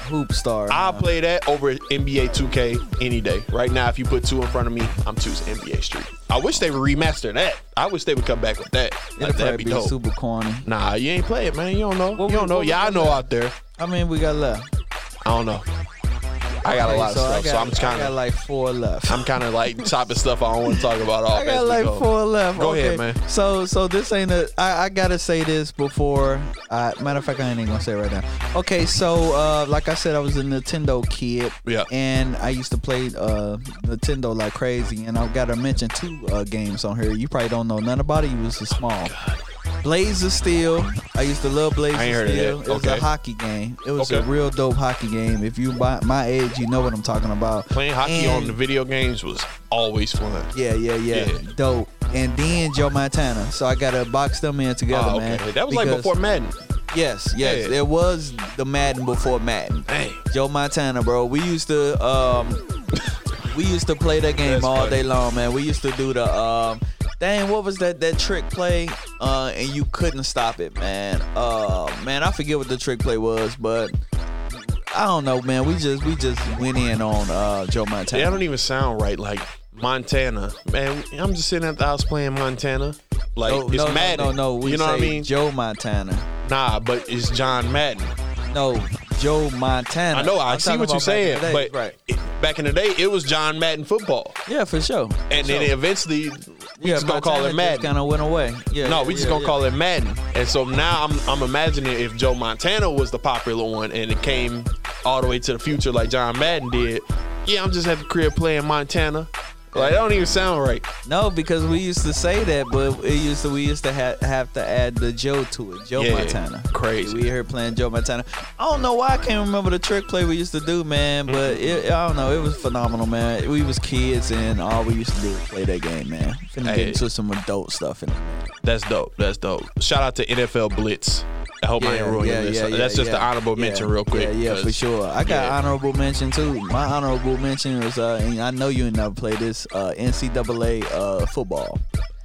Speaker 3: hoop star.
Speaker 2: I
Speaker 3: man.
Speaker 2: play that over NBA 2K any day. Right now, if you put two in front of me, I'm choosing NBA Street. I wish they would remaster that. I wish they would come back with that.
Speaker 3: It'll
Speaker 2: Like, that'd
Speaker 3: probably
Speaker 2: be
Speaker 3: be
Speaker 2: dope.
Speaker 3: super corny.
Speaker 2: Nah, you ain't play it, man. You don't know.
Speaker 3: What
Speaker 2: you
Speaker 3: we-
Speaker 2: don't know.
Speaker 3: what we
Speaker 2: Y'all
Speaker 3: got
Speaker 2: know
Speaker 3: left?
Speaker 2: out there.
Speaker 3: I mean, we got left.
Speaker 2: I don't know. I got a lot of
Speaker 3: so I
Speaker 2: stuff, so I'm
Speaker 3: got- I
Speaker 2: kind
Speaker 3: got
Speaker 2: of
Speaker 3: like four left.
Speaker 2: I'm kind of like topping stuff I don't want to talk about off
Speaker 3: I
Speaker 2: as
Speaker 3: got
Speaker 2: we
Speaker 3: like
Speaker 2: go.
Speaker 3: four left.
Speaker 2: Go ahead,
Speaker 3: Okay.
Speaker 2: man.
Speaker 3: So, so this ain't a. I, I gotta say this before. I, matter of fact, I ain't even gonna say it right now. Okay, so uh, like I said, I was a Nintendo kid.
Speaker 2: Yeah.
Speaker 3: And I used to play uh, Nintendo like crazy, and I gotta mention two uh, games on here. You probably don't know none about it. You was too small. Blaze of Steel. I used to love Blaze
Speaker 2: I ain't
Speaker 3: of
Speaker 2: heard of
Speaker 3: Steel.
Speaker 2: that.
Speaker 3: It was
Speaker 2: Okay.
Speaker 3: a hockey game. It was a
Speaker 2: Okay.
Speaker 3: real dope hockey game. If you by my age, you know what I'm talking about.
Speaker 2: Playing hockey
Speaker 3: And-
Speaker 2: on the video games was always fun.
Speaker 3: yeah, yeah, yeah,
Speaker 2: Yeah.
Speaker 3: Dope. And then Joe Montana. So I gotta box them in together,
Speaker 2: Oh,
Speaker 3: man.
Speaker 2: okay. That was like
Speaker 3: Because-
Speaker 2: before Madden.
Speaker 3: Yes, yes.
Speaker 2: Yeah.
Speaker 3: It was the Madden before Madden.
Speaker 2: Dang.
Speaker 3: Joe Montana, bro. We used to um we used to play that game
Speaker 2: That's
Speaker 3: all
Speaker 2: funny.
Speaker 3: day long, man. We used to do the um dang, what was that that trick play? Uh and you couldn't stop it, man. Uh man, I forget what the trick play was, but I don't know, man. We just we just went in on uh Joe
Speaker 2: They
Speaker 3: Montana.
Speaker 2: don't even sound right. Like Montana, man. I'm just sitting at the house playing Montana. Like
Speaker 3: no,
Speaker 2: it's
Speaker 3: no,
Speaker 2: Madden.
Speaker 3: no, no, no. We
Speaker 2: you know what I
Speaker 3: say
Speaker 2: mean?
Speaker 3: Joe Montana.
Speaker 2: nah, but it's John Madden.
Speaker 3: No, Joe Montana.
Speaker 2: I know. I
Speaker 3: I'm
Speaker 2: see
Speaker 3: talking
Speaker 2: what you're
Speaker 3: about back
Speaker 2: saying,
Speaker 3: in the day.
Speaker 2: but
Speaker 3: right.
Speaker 2: it- back in the day, it was John Madden football,
Speaker 3: Yeah, for sure.
Speaker 2: and then eventually we just gonna call it Madden.
Speaker 3: Kind of went away. Yeah.
Speaker 2: No, we just gonna call it Madden. And so now I'm I'm imagining if Joe Montana was the popular one and it came all the way to the future like John Madden did. Yeah, I'm just at the crib playing Montana. Like that don't even sound right.
Speaker 3: No, because we used to say that, but it used to we used to ha- have to add the Joe to it. Joe
Speaker 2: Yeah,
Speaker 3: Montana.
Speaker 2: crazy.
Speaker 3: We here playing Joe Montana. I don't know why I can't remember the trick play we used to do, man. But
Speaker 2: Mm-hmm.
Speaker 3: it, I don't know. It was phenomenal, man. We was kids, and all we used to do was play that game, man. Finna
Speaker 2: Hey.
Speaker 3: get into some adult stuff in it.
Speaker 2: That's dope. That's dope. Shout out to NFL Blitz. I hope I ain't ruining this. That's just
Speaker 3: yeah.
Speaker 2: an honorable mention,
Speaker 3: Yeah,
Speaker 2: real quick.
Speaker 3: Yeah, yeah, for
Speaker 2: 'cause-
Speaker 3: sure. I got
Speaker 2: yeah.
Speaker 3: honorable mention too. My honorable mention was, uh, and I know you ain't never played this uh, NCAA uh, football.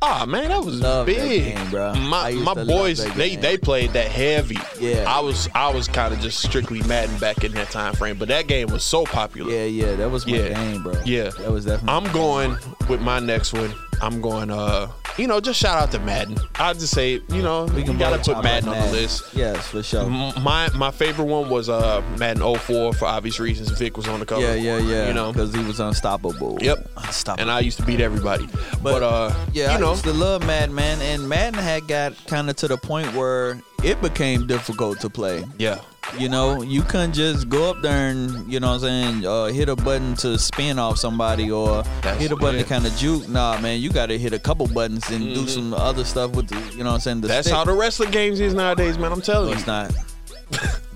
Speaker 2: Ah man, that was
Speaker 3: Love that
Speaker 2: big,
Speaker 3: game, bro. I
Speaker 2: My
Speaker 3: used
Speaker 2: my
Speaker 3: to love
Speaker 2: boys,
Speaker 3: that
Speaker 2: they
Speaker 3: game.
Speaker 2: they played that heavy.
Speaker 3: Yeah.
Speaker 2: I was I was kind of just strictly Madden back in that time frame, but that game was so popular.
Speaker 3: Yeah, yeah, that was my
Speaker 2: Yeah.
Speaker 3: game, bro.
Speaker 2: Yeah.
Speaker 3: that was definitely.
Speaker 2: I'm going with my next one. I'm going, uh, you know, just shout out to Madden. I'll just say, you know, we you gotta
Speaker 3: both
Speaker 2: put
Speaker 3: talk
Speaker 2: Madden
Speaker 3: about
Speaker 2: on the list.
Speaker 3: Yes, for sure.
Speaker 2: M- My my favorite one was uh Madden 04 for obvious reasons. Vic was on the cover.
Speaker 3: Yeah, yeah, yeah.
Speaker 2: You know,
Speaker 3: because he was unstoppable.
Speaker 2: Yep. and
Speaker 3: unstoppable.
Speaker 2: I used to beat everybody. But, uh,
Speaker 3: yeah,
Speaker 2: you
Speaker 3: I
Speaker 2: know,
Speaker 3: used to love Madden, man, and Madden had got kind of to the point where it became difficult to play.
Speaker 2: yeah,
Speaker 3: You know, you couldn't just go up there and, you know what I'm saying, uh, hit a button to spin off somebody or
Speaker 2: That's-
Speaker 3: hit a button to
Speaker 2: yeah.
Speaker 3: kind of juke. Nah, man, you got to hit a couple buttons and do some other stuff with the, you know what I'm saying? The
Speaker 2: Mm-hmm. that's
Speaker 3: stick.
Speaker 2: how the wrestling games is nowadays, man. I'm telling
Speaker 3: No,
Speaker 2: you.
Speaker 3: it's not.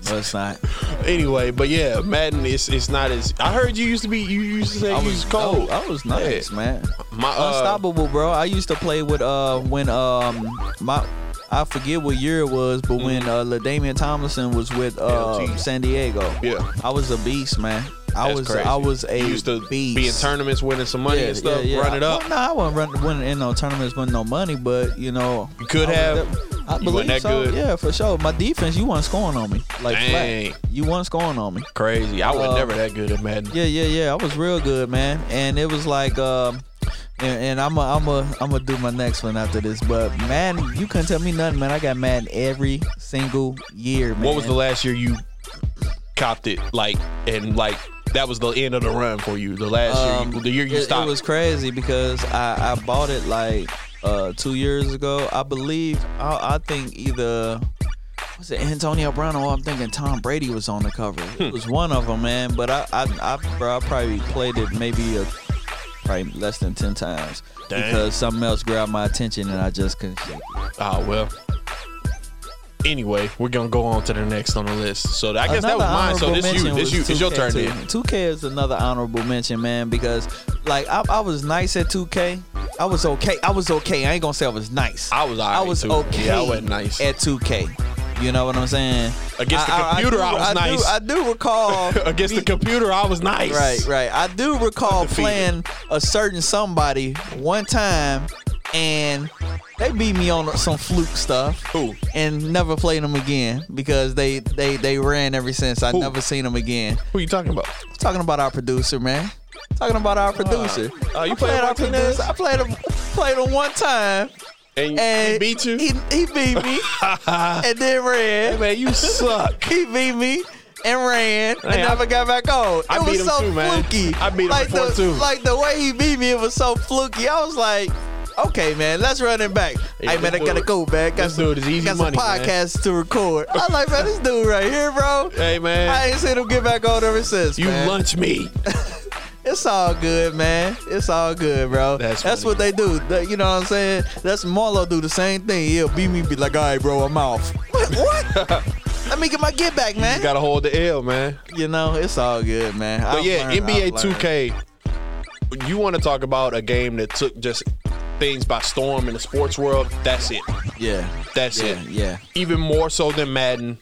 Speaker 3: no, it's not.
Speaker 2: Anyway, but yeah, Madden is it's not as. I heard you used to be. You used to say you was cold.
Speaker 3: I was nice,
Speaker 2: Yeah.
Speaker 3: man.
Speaker 2: My uh,
Speaker 3: Unstoppable, bro. I used to play with uh when um my I forget what year it was,
Speaker 2: Mm-hmm.
Speaker 3: but when uh LaDamian Tomlinson was with uh
Speaker 2: LT.
Speaker 3: San Diego.
Speaker 2: Yeah.
Speaker 3: I was a beast, man. I
Speaker 2: that's
Speaker 3: was
Speaker 2: crazy.
Speaker 3: I was a
Speaker 2: You used to
Speaker 3: beast.
Speaker 2: be in tournaments, winning some money and stuff, run it up.
Speaker 3: Well, no, I wasn't running, winning in no tournaments, winning no money, but you know,
Speaker 2: You could
Speaker 3: I was
Speaker 2: have.
Speaker 3: def- I
Speaker 2: You
Speaker 3: believe
Speaker 2: wasn't that
Speaker 3: so.
Speaker 2: good.
Speaker 3: Yeah, for sure. My defense, you weren't scoring on me. Like, flat.
Speaker 2: Dang.
Speaker 3: you weren't scoring on me.
Speaker 2: Crazy. I was
Speaker 3: Uh,
Speaker 2: never that good at Madden.
Speaker 3: Yeah, yeah, yeah. I was real good, man. And it was like, um, and, and I'm a, I'm a, I'm gonna do my next one after this. But man, you couldn't tell me nothing, man. I got mad every single year, man.
Speaker 2: What was the last year you copped it? Like and like that was the end of the run for you. The last year, you, the year you
Speaker 3: Um, it,
Speaker 2: stopped.
Speaker 3: It was crazy because I, I bought it like uh, two years ago. I believe, I, I think either, was it Antonio Brown or I'm thinking Tom Brady was on the cover.
Speaker 2: Hmm.
Speaker 3: It was one of them, man. But I, I, I, bro, I probably played it maybe a, probably less than 10 times
Speaker 2: Dang.
Speaker 3: because something else grabbed my attention and I just couldn't shake it.
Speaker 2: Ah well. Anyway, we're gonna go on to the next on the list. So I guess that was
Speaker 3: Another
Speaker 2: mine. So
Speaker 3: honorable
Speaker 2: this you,
Speaker 3: mention
Speaker 2: this
Speaker 3: was
Speaker 2: you, it's your
Speaker 3: 2K
Speaker 2: turn.
Speaker 3: too.
Speaker 2: Then.
Speaker 3: 2K is another honorable mention, man, because like I, I was nice at 2K. I was okay. I was okay. I ain't gonna say I was nice.
Speaker 2: I was all
Speaker 3: I
Speaker 2: right,
Speaker 3: was
Speaker 2: too.
Speaker 3: okay.
Speaker 2: Yeah, I wasn't nice.
Speaker 3: at 2K. You know what I'm saying?
Speaker 2: Against the computer, I was
Speaker 3: do-
Speaker 2: nice.
Speaker 3: I do recall
Speaker 2: Against the
Speaker 3: me-
Speaker 2: computer, I was nice.
Speaker 3: Right, right. I do recall
Speaker 2: Undefeated.
Speaker 3: playing a certain somebody one time, and they beat me on some fluke stuff.
Speaker 2: Who?
Speaker 3: And never played them again because they they they ran ever since. I
Speaker 2: Who?
Speaker 3: never seen them again.
Speaker 2: Who you talking about?
Speaker 3: I'm talking about our producer, man. talking about our producer.
Speaker 2: uh, you
Speaker 3: I
Speaker 2: played
Speaker 3: played our
Speaker 2: Martinez?
Speaker 3: producer. I played him played him one time,
Speaker 2: And,
Speaker 3: and
Speaker 2: he beat you?
Speaker 3: He, he beat me, and then ran.
Speaker 2: man, you suck.
Speaker 3: He beat me. and ran
Speaker 2: Man,
Speaker 3: and never
Speaker 2: I-
Speaker 3: got back on. It
Speaker 2: I beat
Speaker 3: was
Speaker 2: him
Speaker 3: so
Speaker 2: too, man.
Speaker 3: fluky.
Speaker 2: I beat him
Speaker 3: like
Speaker 2: before
Speaker 3: the,
Speaker 2: too.
Speaker 3: Like the way he beat me, it was so fluky. I was like, okay, man, let's run it back.
Speaker 2: Yeah,
Speaker 3: hey, man, I
Speaker 2: this
Speaker 3: gotta
Speaker 2: dude-
Speaker 3: go, man. Got
Speaker 2: this
Speaker 3: some,
Speaker 2: dude is easy
Speaker 3: got
Speaker 2: money,
Speaker 3: some
Speaker 2: man.
Speaker 3: podcasts to record. I'm like, man, this dude right here, bro.
Speaker 2: Hey, man.
Speaker 3: I ain't seen him get back on ever since.
Speaker 2: You
Speaker 3: man.
Speaker 2: lunch me.
Speaker 3: It's all good, man. It's all good, bro.
Speaker 2: That's
Speaker 3: That's,
Speaker 2: funny.
Speaker 3: what they do. That- you know what I'm saying? That's Marlo do the same thing. He'll beat me, be like, all right, bro, I'm off. What? what? Let me get my get back, man.
Speaker 2: You gotta hold the L, man.
Speaker 3: You know, it's all good, man.
Speaker 2: But yeah, NBA 2K. You want to talk about a game that took just things by storm in the sports world? That's it.
Speaker 3: Yeah,
Speaker 2: That's
Speaker 3: yeah,
Speaker 2: it.
Speaker 3: yeah.
Speaker 2: Even more so than Madden.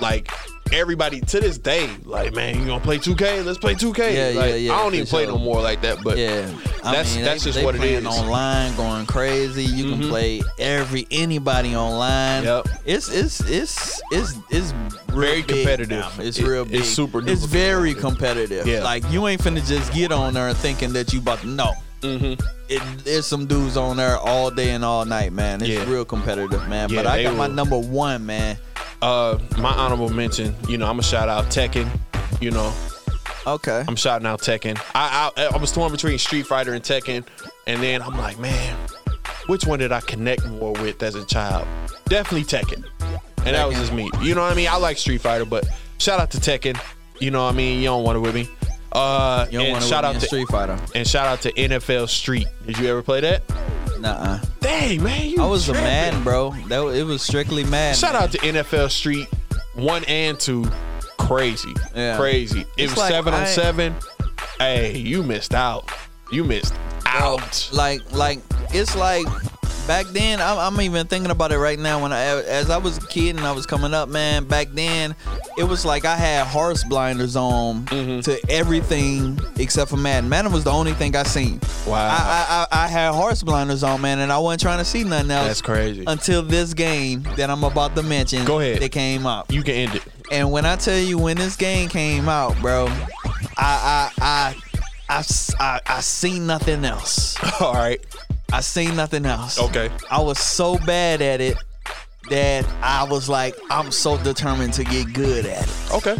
Speaker 2: Like everybody to this day, like man, you gonna play 2K? Let's play 2K.
Speaker 3: Yeah,
Speaker 2: Like,
Speaker 3: yeah, yeah,
Speaker 2: I don't
Speaker 3: for
Speaker 2: even play
Speaker 3: sure.
Speaker 2: no more like that. But
Speaker 3: Yeah, I
Speaker 2: that's
Speaker 3: mean,
Speaker 2: that's
Speaker 3: they,
Speaker 2: just
Speaker 3: they
Speaker 2: what it
Speaker 3: playing
Speaker 2: is. Mm-hmm.
Speaker 3: Online, going crazy. You can play every anybody online.
Speaker 2: Yep.
Speaker 3: It's it's it's it's it's real
Speaker 2: Very
Speaker 3: big
Speaker 2: competitive.
Speaker 3: now. It's
Speaker 2: It-
Speaker 3: real
Speaker 2: it's
Speaker 3: big.
Speaker 2: super duper
Speaker 3: It's very competitive.
Speaker 2: Yeah.
Speaker 3: Like you ain't finna just get on there thinking that you about to know.
Speaker 2: Mhm.
Speaker 3: It, there's some dudes on there all day and all night, man. It's
Speaker 2: Yeah.
Speaker 3: real competitive, man.
Speaker 2: Yeah,
Speaker 3: but I
Speaker 2: they
Speaker 3: got my
Speaker 2: will.
Speaker 3: number one, man.
Speaker 2: Uh, my honorable mention. You know, I'm gonna shout out Tekken. You know,
Speaker 3: Okay.
Speaker 2: I'm shouting out Tekken. I, I I was torn between Street Fighter and Tekken, and then I'm like, man, which one did I connect more with as a child? Definitely Tekken. And that was
Speaker 3: Tekken.
Speaker 2: just me. You know what I mean? I like Street Fighter, but shout out to Tekken. You know what I mean? You don't want it with me. Uh,
Speaker 3: You don't
Speaker 2: and
Speaker 3: want
Speaker 2: shout out
Speaker 3: to
Speaker 2: to
Speaker 3: Street Fighter.
Speaker 2: and shout out to NFL Street. Did you ever play that?
Speaker 3: Nuh-uh.
Speaker 2: Dang man, you
Speaker 3: I was a
Speaker 2: tripping.
Speaker 3: Madden, bro. That was- it was strictly Madden.
Speaker 2: Shout out to NFL Street one and two. Crazy.
Speaker 3: Yeah.
Speaker 2: Crazy. It
Speaker 3: It's
Speaker 2: was
Speaker 3: like
Speaker 2: seven on
Speaker 3: I-
Speaker 2: seven. Hey, you missed out. You missed out.
Speaker 3: like like it's like back then I'm, I'm even thinking about it right now when i as i was a kid and i was coming up man back then it was like i had horse blinders on
Speaker 2: Mm-hmm.
Speaker 3: to everything except for madden madden was the only thing i seen
Speaker 2: Wow.
Speaker 3: I, I, I, I had horse blinders on man and i wasn't trying to see nothing else
Speaker 2: That's crazy.
Speaker 3: until this game that i'm about to mention
Speaker 2: Go ahead.
Speaker 3: that came out
Speaker 2: You can end it.
Speaker 3: and when I tell you when this game came out, bro, I I I I, s- I- I seen nothing else.
Speaker 2: All right.
Speaker 3: I seen nothing else.
Speaker 2: Okay.
Speaker 3: I was so bad at it that I was like, I'm so determined to get good at it.
Speaker 2: Okay.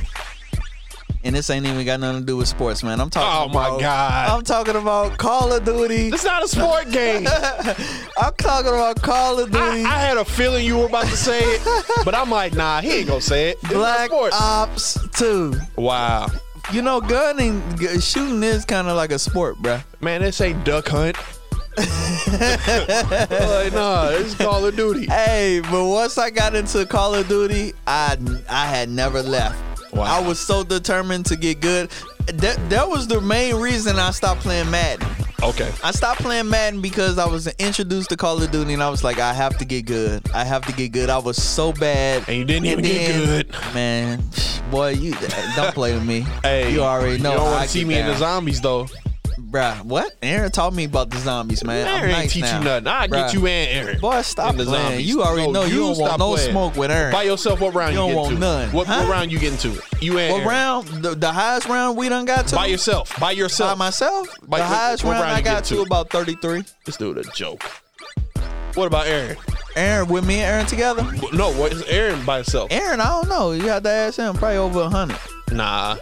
Speaker 3: And this ain't even got nothing to do with sports, man. I'm
Speaker 2: Oh
Speaker 3: talking
Speaker 2: my
Speaker 3: about-
Speaker 2: God.
Speaker 3: I'm talking about Call of Duty.
Speaker 2: It's not a sport game. I,
Speaker 3: I'm talking about Call of
Speaker 2: I
Speaker 3: Duty.
Speaker 2: had a feeling you were about to say it, but I'm like, nah, he ain't gonna say it. It's not
Speaker 3: Black
Speaker 2: sports.
Speaker 3: Ops 2.
Speaker 2: wow.
Speaker 3: You know, gunning, g- shooting is kind of like a sport, bruh.
Speaker 2: Man, this ain't duck hunt. like, nah, it's Call of Duty.
Speaker 3: Hey, but once I got into Call of Duty, I I had never left.
Speaker 2: Wow.
Speaker 3: I was so determined to get good. That that was the main reason I stopped playing Madden.
Speaker 2: Okay.
Speaker 3: I stopped playing Madden because I was introduced to Call of Duty and I was like, I have to get good. I have to get good. I was so bad.
Speaker 2: And you didn't even get good.
Speaker 3: Man, boy, you don't play with me.
Speaker 2: Hey,
Speaker 3: you already know.
Speaker 2: You don't
Speaker 3: how
Speaker 2: wanna
Speaker 3: I
Speaker 2: see
Speaker 3: get
Speaker 2: me in the
Speaker 3: down.
Speaker 2: zombies though.
Speaker 3: Bruh, what? Aaron taught me about the zombies, man.
Speaker 2: Aaron
Speaker 3: I'm
Speaker 2: ain't
Speaker 3: nice
Speaker 2: teach
Speaker 3: now.
Speaker 2: you nothing. I
Speaker 3: Bruh.
Speaker 2: get you and Aaron.
Speaker 3: Boy, stop
Speaker 2: in the
Speaker 3: playing.
Speaker 2: zombies.
Speaker 3: You already
Speaker 2: No,
Speaker 3: know you, don't
Speaker 2: stop
Speaker 3: want no
Speaker 2: playing.
Speaker 3: smoke with Aaron.
Speaker 2: By yourself, what round
Speaker 3: You
Speaker 2: you,
Speaker 3: don't
Speaker 2: get
Speaker 3: want
Speaker 2: to?
Speaker 3: none.
Speaker 2: What, what
Speaker 3: Huh?
Speaker 2: round you getting to? You and
Speaker 3: What
Speaker 2: Aaron.
Speaker 3: round? The, the highest round we done got to?
Speaker 2: By yourself. By
Speaker 3: By
Speaker 2: yourself.
Speaker 3: myself?
Speaker 2: By- what-
Speaker 3: the highest
Speaker 2: what
Speaker 3: round,
Speaker 2: round
Speaker 3: I
Speaker 2: you get
Speaker 3: got to
Speaker 2: to?
Speaker 3: about 33.
Speaker 2: this dude a joke. What about Aaron?
Speaker 3: Aaron, with me and Aaron together?
Speaker 2: No, what is Aaron by himself?
Speaker 3: Aaron, I don't know. You got to ask him. Probably over 100.
Speaker 2: Nah,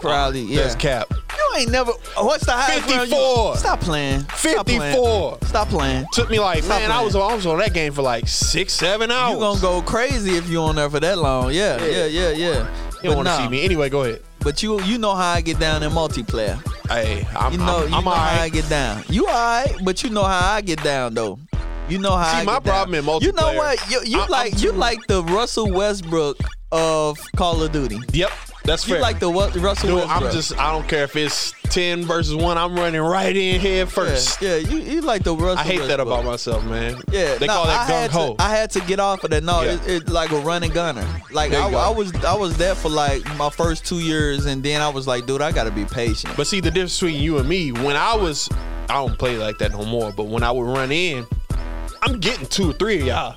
Speaker 3: Probably, yeah.
Speaker 2: Oh, that's cap.
Speaker 3: You ain't never. What's the highest round? you-
Speaker 2: 54.
Speaker 3: Stop playing. Stop playing.
Speaker 2: Fifty-four.
Speaker 3: Stop playing.
Speaker 2: Took me like
Speaker 3: Stop
Speaker 2: man, I
Speaker 3: playing.
Speaker 2: was on- I was on that game for like six, seven hours.
Speaker 3: You gonna go crazy if you on there for that long. Yeah,
Speaker 2: Yeah.
Speaker 3: yeah, yeah, yeah.
Speaker 2: You don't
Speaker 3: but
Speaker 2: want to
Speaker 3: nah,
Speaker 2: see me anyway. Go ahead.
Speaker 3: But you, you know how I get down in multiplayer.
Speaker 2: Hey, I'm,
Speaker 3: You know,
Speaker 2: I'm,
Speaker 3: you
Speaker 2: I'm
Speaker 3: know
Speaker 2: all
Speaker 3: how I
Speaker 2: right.
Speaker 3: get down. You all right, but you know how I get down though. You know how.
Speaker 2: See,
Speaker 3: I
Speaker 2: my
Speaker 3: get down.
Speaker 2: problem in
Speaker 3: You know
Speaker 2: multiplayer,
Speaker 3: what? You, you
Speaker 2: I- I'm
Speaker 3: like you
Speaker 2: too-
Speaker 3: like the Russell Westbrook of Call of Duty.
Speaker 2: Yep, that's
Speaker 3: You
Speaker 2: fair.
Speaker 3: like the Wa- Russell
Speaker 2: Dude,
Speaker 3: Westbrook.
Speaker 2: I'm just I don't care if it's ten versus one. I'm running right in head first.
Speaker 3: Yeah, yeah, you, you like the Russell.
Speaker 2: I hate that
Speaker 3: Westbrook.
Speaker 2: about myself, man.
Speaker 3: Yeah,
Speaker 2: they
Speaker 3: no,
Speaker 2: call
Speaker 3: I
Speaker 2: that gung
Speaker 3: had
Speaker 2: ho.
Speaker 3: To, I had to get off of that. No,
Speaker 2: Yeah.
Speaker 3: it's it, like a running gunner. Like
Speaker 2: There you
Speaker 3: I,
Speaker 2: go.
Speaker 3: I was, I was there for like my first two years, and then I was like, dude, I gotta be patient.
Speaker 2: But see the difference between you and me. When I was, I don't play like that no more. But when I would run in, I'm getting two or three of y'all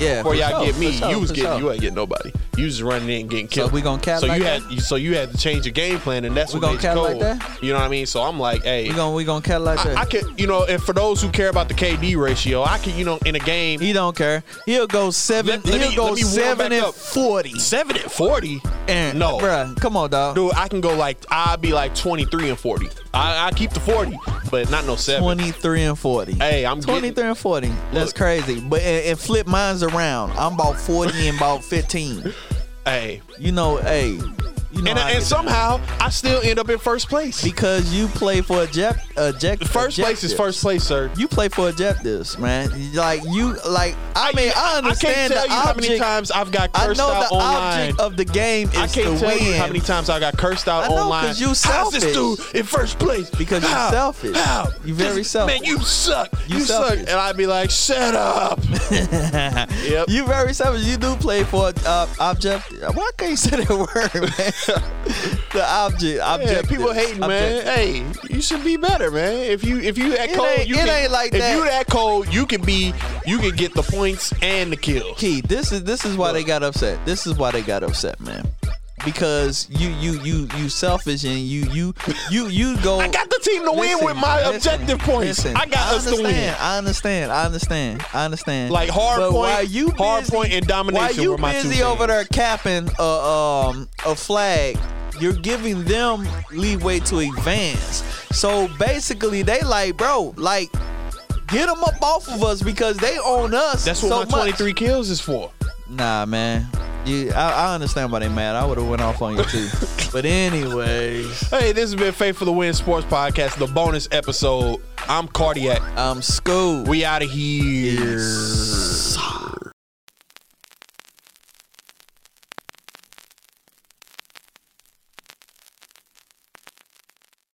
Speaker 3: yeah,
Speaker 2: before
Speaker 3: for
Speaker 2: y'all
Speaker 3: sure,
Speaker 2: get me.
Speaker 3: for sure,
Speaker 2: you was
Speaker 3: for
Speaker 2: getting,
Speaker 3: sure.
Speaker 2: you ain't getting nobody. You was running in and getting killed.
Speaker 3: we gonna cap
Speaker 2: So
Speaker 3: like
Speaker 2: you
Speaker 3: that?
Speaker 2: had you- so you had to change your game plan, and that's
Speaker 3: We
Speaker 2: what
Speaker 3: gonna
Speaker 2: made
Speaker 3: cap
Speaker 2: you
Speaker 3: like
Speaker 2: cold.
Speaker 3: that?
Speaker 2: You know what I mean? So I'm like, hey,
Speaker 3: We gonna we gonna cut like that.
Speaker 2: I could, you know, and for those who care about the KD ratio, I could, you know, in a game,
Speaker 3: he don't care. He'll go seven.
Speaker 2: Let- let
Speaker 3: he'll
Speaker 2: me-
Speaker 3: go
Speaker 2: let me warm
Speaker 3: seven
Speaker 2: back
Speaker 3: and
Speaker 2: up.
Speaker 3: forty.
Speaker 2: seven and forty.
Speaker 3: And
Speaker 2: no,
Speaker 3: bruh, come on, dog.
Speaker 2: dude, I can go like I'd be like twenty three and forty. I, I keep the forty, but not no seven.
Speaker 3: Twenty three and forty.
Speaker 2: Hey, I'm
Speaker 3: twenty three
Speaker 2: getting-
Speaker 3: and forty. That's
Speaker 2: Look.
Speaker 3: crazy. But and, and flip mine's around. I'm about forty and about fifteen.
Speaker 2: Hey,
Speaker 3: You know, hey, you know,
Speaker 2: and,
Speaker 3: how I
Speaker 2: and
Speaker 3: get
Speaker 2: somehow I still end up in first place.
Speaker 3: because you play for object, object
Speaker 2: First place is
Speaker 3: objectives.
Speaker 2: first place, sir.
Speaker 3: You play for objectives, man. Like you, like I mean, I
Speaker 2: I can't
Speaker 3: understand
Speaker 2: tell
Speaker 3: the
Speaker 2: you
Speaker 3: object.
Speaker 2: how many times I've got
Speaker 3: I know
Speaker 2: cursed
Speaker 3: the
Speaker 2: out online.
Speaker 3: object of the game is
Speaker 2: I can't
Speaker 3: to
Speaker 2: tell
Speaker 3: win.
Speaker 2: you how many times I got cursed out
Speaker 3: I know,
Speaker 2: online.
Speaker 3: 'cause you
Speaker 2: How's this dude
Speaker 3: selfish.
Speaker 2: in first place?
Speaker 3: Because you
Speaker 2: How?
Speaker 3: selfish.
Speaker 2: How?
Speaker 3: You very
Speaker 2: This-
Speaker 3: selfish.
Speaker 2: Man, you suck.
Speaker 3: You
Speaker 2: You, suck.
Speaker 3: selfish.
Speaker 2: And I'd be like, shut up. yep.
Speaker 3: You very selfish. You do play for uh, object. Why can't you say that word, man? the object.
Speaker 2: yeah,
Speaker 3: Object.
Speaker 2: people hating, man. Hey, you should be better, man. If you if you that
Speaker 3: It
Speaker 2: cold,
Speaker 3: ain't-
Speaker 2: you
Speaker 3: it
Speaker 2: can,
Speaker 3: ain't like
Speaker 2: if
Speaker 3: that.
Speaker 2: you that cold, you can be, you can get the points and the kills.
Speaker 3: Key. This is this is why they got upset. This is why they got upset, man. Because you you you you selfish and you you you you go.
Speaker 2: I got the team to win with
Speaker 3: Listen,
Speaker 2: my
Speaker 3: listen,
Speaker 2: objective points.
Speaker 3: listen.
Speaker 2: I got us to win.
Speaker 3: understand, I understand. I understand. I understand.
Speaker 2: Like hard
Speaker 3: but
Speaker 2: point-
Speaker 3: while you busy,
Speaker 2: hard point and domination
Speaker 3: While you
Speaker 2: were my two
Speaker 3: busy over
Speaker 2: things.
Speaker 3: there capping a um a flag, you're giving them leeway to advance. So basically, they like, bro, like. Get them up off of us because they own us.
Speaker 2: That's what
Speaker 3: so
Speaker 2: my
Speaker 3: much.
Speaker 2: 23 kills is for.
Speaker 3: Nah, man. You, I, I understand why they mad. I would have went off on you too. but anyways,
Speaker 2: Hey, this has been Faithful to Win Sports Podcast, the bonus episode. I'm Cardiac.
Speaker 3: um, school.
Speaker 2: We out of here.
Speaker 3: Peace.